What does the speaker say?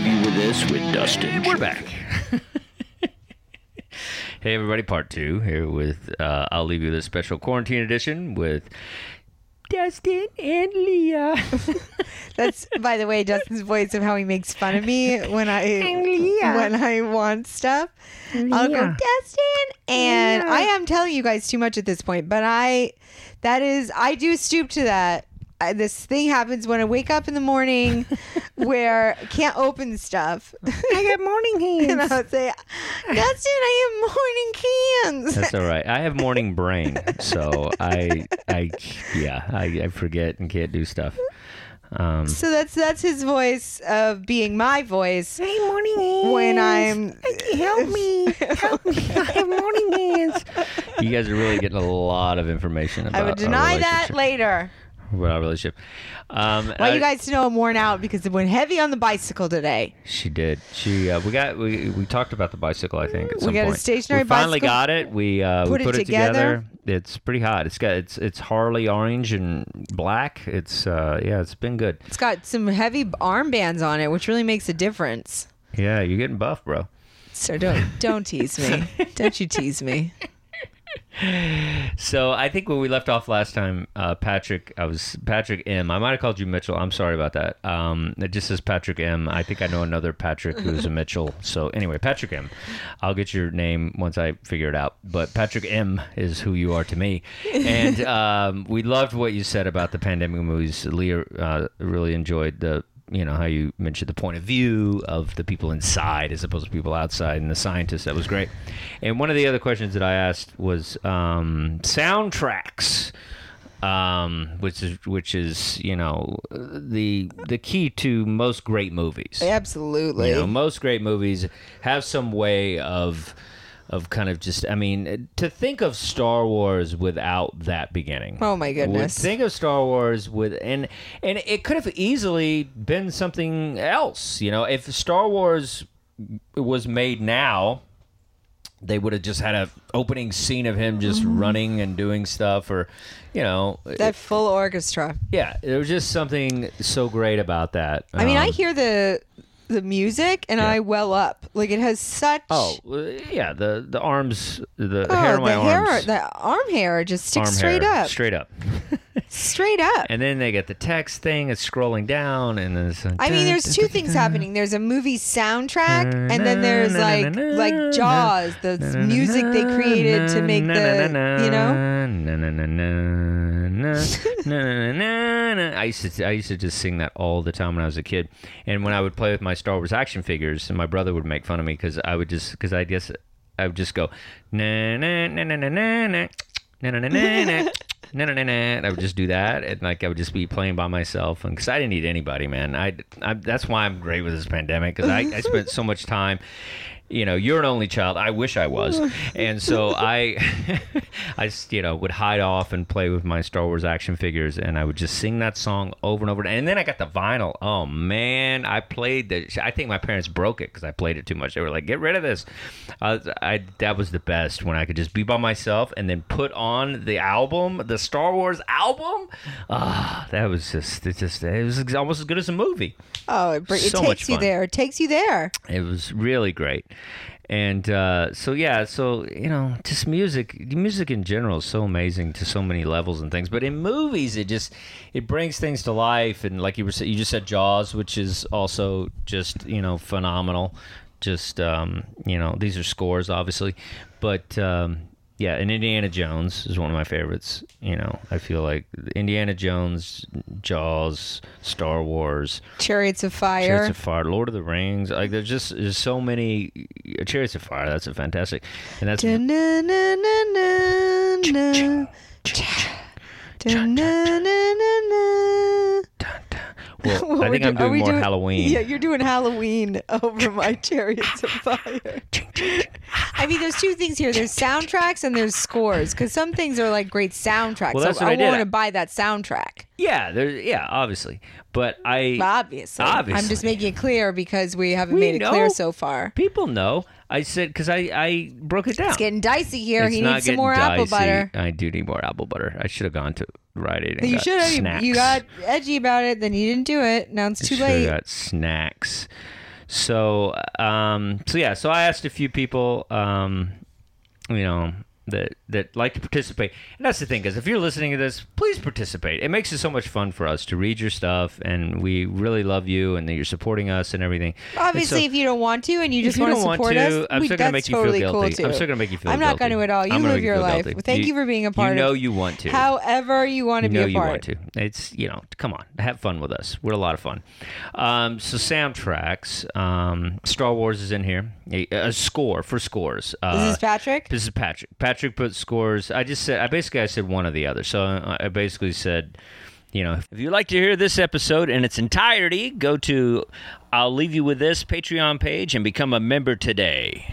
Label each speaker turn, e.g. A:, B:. A: this with Dustin.
B: And we're back. hey, everybody, part two here with uh, I'll Leave You This Special Quarantine Edition with Dustin and Leah.
C: That's by the way, Justin's voice of how he makes fun of me when I when I want stuff. I'll go Dustin, and I am telling you guys too much at this point, but I that is I do stoop to that. I, this thing happens when I wake up in the morning, where I can't open stuff,
A: I got morning
C: and I'll say, Dustin, I have morning cans.
B: That's all right. I have morning brain, so I, I, yeah, I, I forget and can't do stuff. Um,
C: so that's that's his voice of being my voice
A: Hey, morning hands.
C: when I'm
A: help me, help me. I have morning hands.
B: you guys are really getting a lot of information about
C: I would
B: our
C: deny that
B: relationship-
C: later.
B: about our relationship. Um,
C: I want
B: uh,
C: you guys to know I'm worn out because I went heavy on the bicycle today.
B: She did. She uh, we got we, we talked about the bicycle. I think at some
C: got a
B: point.
C: stationary
B: we finally
C: bicycle.
B: got it. We uh,
C: Put
B: we
C: it
B: put it, together.
C: together.
B: It's pretty hot. It's got it's it's Harley orange and black. It's uh, yeah, it's been good.
C: It's got some heavy armbands on it, which really makes a difference.
B: Yeah, you're getting buff, bro.
C: So don't don't tease me. Don't you tease me.
B: So I think when we left off last time, uh, Patrick, I was Patrick M. I might have called you Mitchell. I'm sorry about that. Um, it just says Patrick M. I think I know another Patrick who's a Mitchell. So anyway, Patrick M. I'll get your name once I figure it out. But Patrick M. is who you are to me. And um, we loved what you said about the pandemic movies. Leah uh, really enjoyed the you know how you mentioned the point of view of the people inside as opposed to people outside and the scientists that was great and one of the other questions that i asked was um, soundtracks um, which is which is you know the the key to most great movies
C: Absolutely.
B: you know, most great movies have some way of of kind of just I mean, to think of Star Wars without that beginning.
C: Oh, my goodness.
B: Would think of Star Wars with and and it could have easily been something else, you know, if Star Wars was made now, they would have just had a opening scene of him just running and doing stuff or you know,
C: Mm-hmm. that full orchestra.
B: yeah, there was just something so great about that.
C: I mean, I
B: Um,
C: hear the the music and I well up. Like it has such
B: Oh uh, yeah, the the arms, the
C: Oh,
B: hair on my
C: the hair,
B: arms,
C: the arm hair just sticks
B: arm
C: straight
B: hair,
C: up,
B: straight up.
C: straight up.
B: And then they get the text thing. It's scrolling down, and then it's like,
C: I mean, there's two things happening. There's a movie soundtrack, and then there's like like Jaws, the music they created to make the you know.
B: know. I used to I used to just sing that all the time when I was a kid, and when I would play with my Star Wars action figures, and my brother would make fun of me because I would just because I guess I would just go na na na na na na na na na na na. No, no, no, no. I would just do that, and like I would just be playing by myself, and because I didn't need anybody, man. I, I that's why I'm great with this pandemic because I, I spent so much time you know you're an only child i wish i was and so i i s- you know would hide off and play with my star wars action figures and i would just sing that song over and over and then i got the vinyl oh man i played the sh- i think my parents broke it because i played it too much they were like get rid of this I, was- I that was the best when i could just be by myself and then put on the album the star wars album ah that was just it just it was ex- almost as good as a movie
C: Oh, it, br- it
B: So much
C: takes you
B: fun.
C: there. It takes you there.
B: it was really great. And uh, so yeah, so you know, just music, music in general is so amazing to so many levels and things. But in movies, it just it brings things to life. And like you were, sa- you just said Jaws, which is also just you know phenomenal. Just um, you know, these are scores, obviously, but um, yeah, and Indiana Jones is one of my favorites. You know, I feel like Indiana Jones, Jaws, Star Wars.
C: Chariots of Fire.
B: Chariots of Fire, Lord of the Rings. Like there's just there's so many uh, Chariots of Fire. That's a fantastic, and that's
C: Da-na-na-na-na-na. Da-na-na-na-na.
B: well.
C: What
B: I
C: we're
B: think I'm
C: do- are
B: doing
C: we
B: more Halloween.
C: Yeah, you're doing Halloween over my chariots of fire. I mean, there's two things here. There's soundtracks and there's scores because some things are like great soundtracks.
B: Well, that's
C: so
B: what
C: I,
B: I did.
C: want to buy that soundtrack.
B: yeah, there. Yeah, obviously, but I
C: Obviously. I'm just
B: Obviously.
C: making it clear because we haven't
B: We
C: made it clear
B: know.
C: so far.
B: people know. I said because I I broke it down.
C: It's getting dicey here.
B: It's
C: he
B: not
C: needs some
B: getting
C: more apple
B: dicey.
C: butter.
B: I do need more apple butter. I should have gone to Rite Aid. And
C: You
B: got
C: should have.
B: Snacks.
C: You got edgy about it, then you didn't do it. Now it's too
B: Should've
C: late.
B: got snacks. So, um, so yeah, so I asked a few people, um, you know, that that like to participate, and that's the thing, because if you're listening to this, please participate. It makes it so much fun for us to read your stuff, and we really love you, and that you're supporting us and everything. And
C: Obviously,
B: so-
C: if you don't want to and you just
B: if you
C: want to
B: don't want
C: support
B: to,
C: us,
B: I'm
C: we,
B: still gonna
C: that's
B: make you feel
C: totally
B: guilty.
C: cool
B: I'm
C: too.
B: still gonna make you feel
C: I'm not
B: guilty.
C: to at all. You
B: I'm gonna
C: live
B: make you
C: your
B: feel
C: life.
B: guilty.
C: Thank you, for being a part
B: You know
C: of
B: you want to.
C: However you want to
B: you know
C: be a
B: you
C: part.
B: want to. It's you know, come on, have fun with us. We're a lot of fun. Um, so soundtracks, um, Star Wars is in here. A, a score for scores. Uh,
C: This is Patrick.
B: this is Patrick. Patrick put scores. I just said I basically I said one or the other. So uh, I, I basically said, you know, if you'd like to hear this episode in its entirety, go to I'll leave you with this Patreon page and become a member today.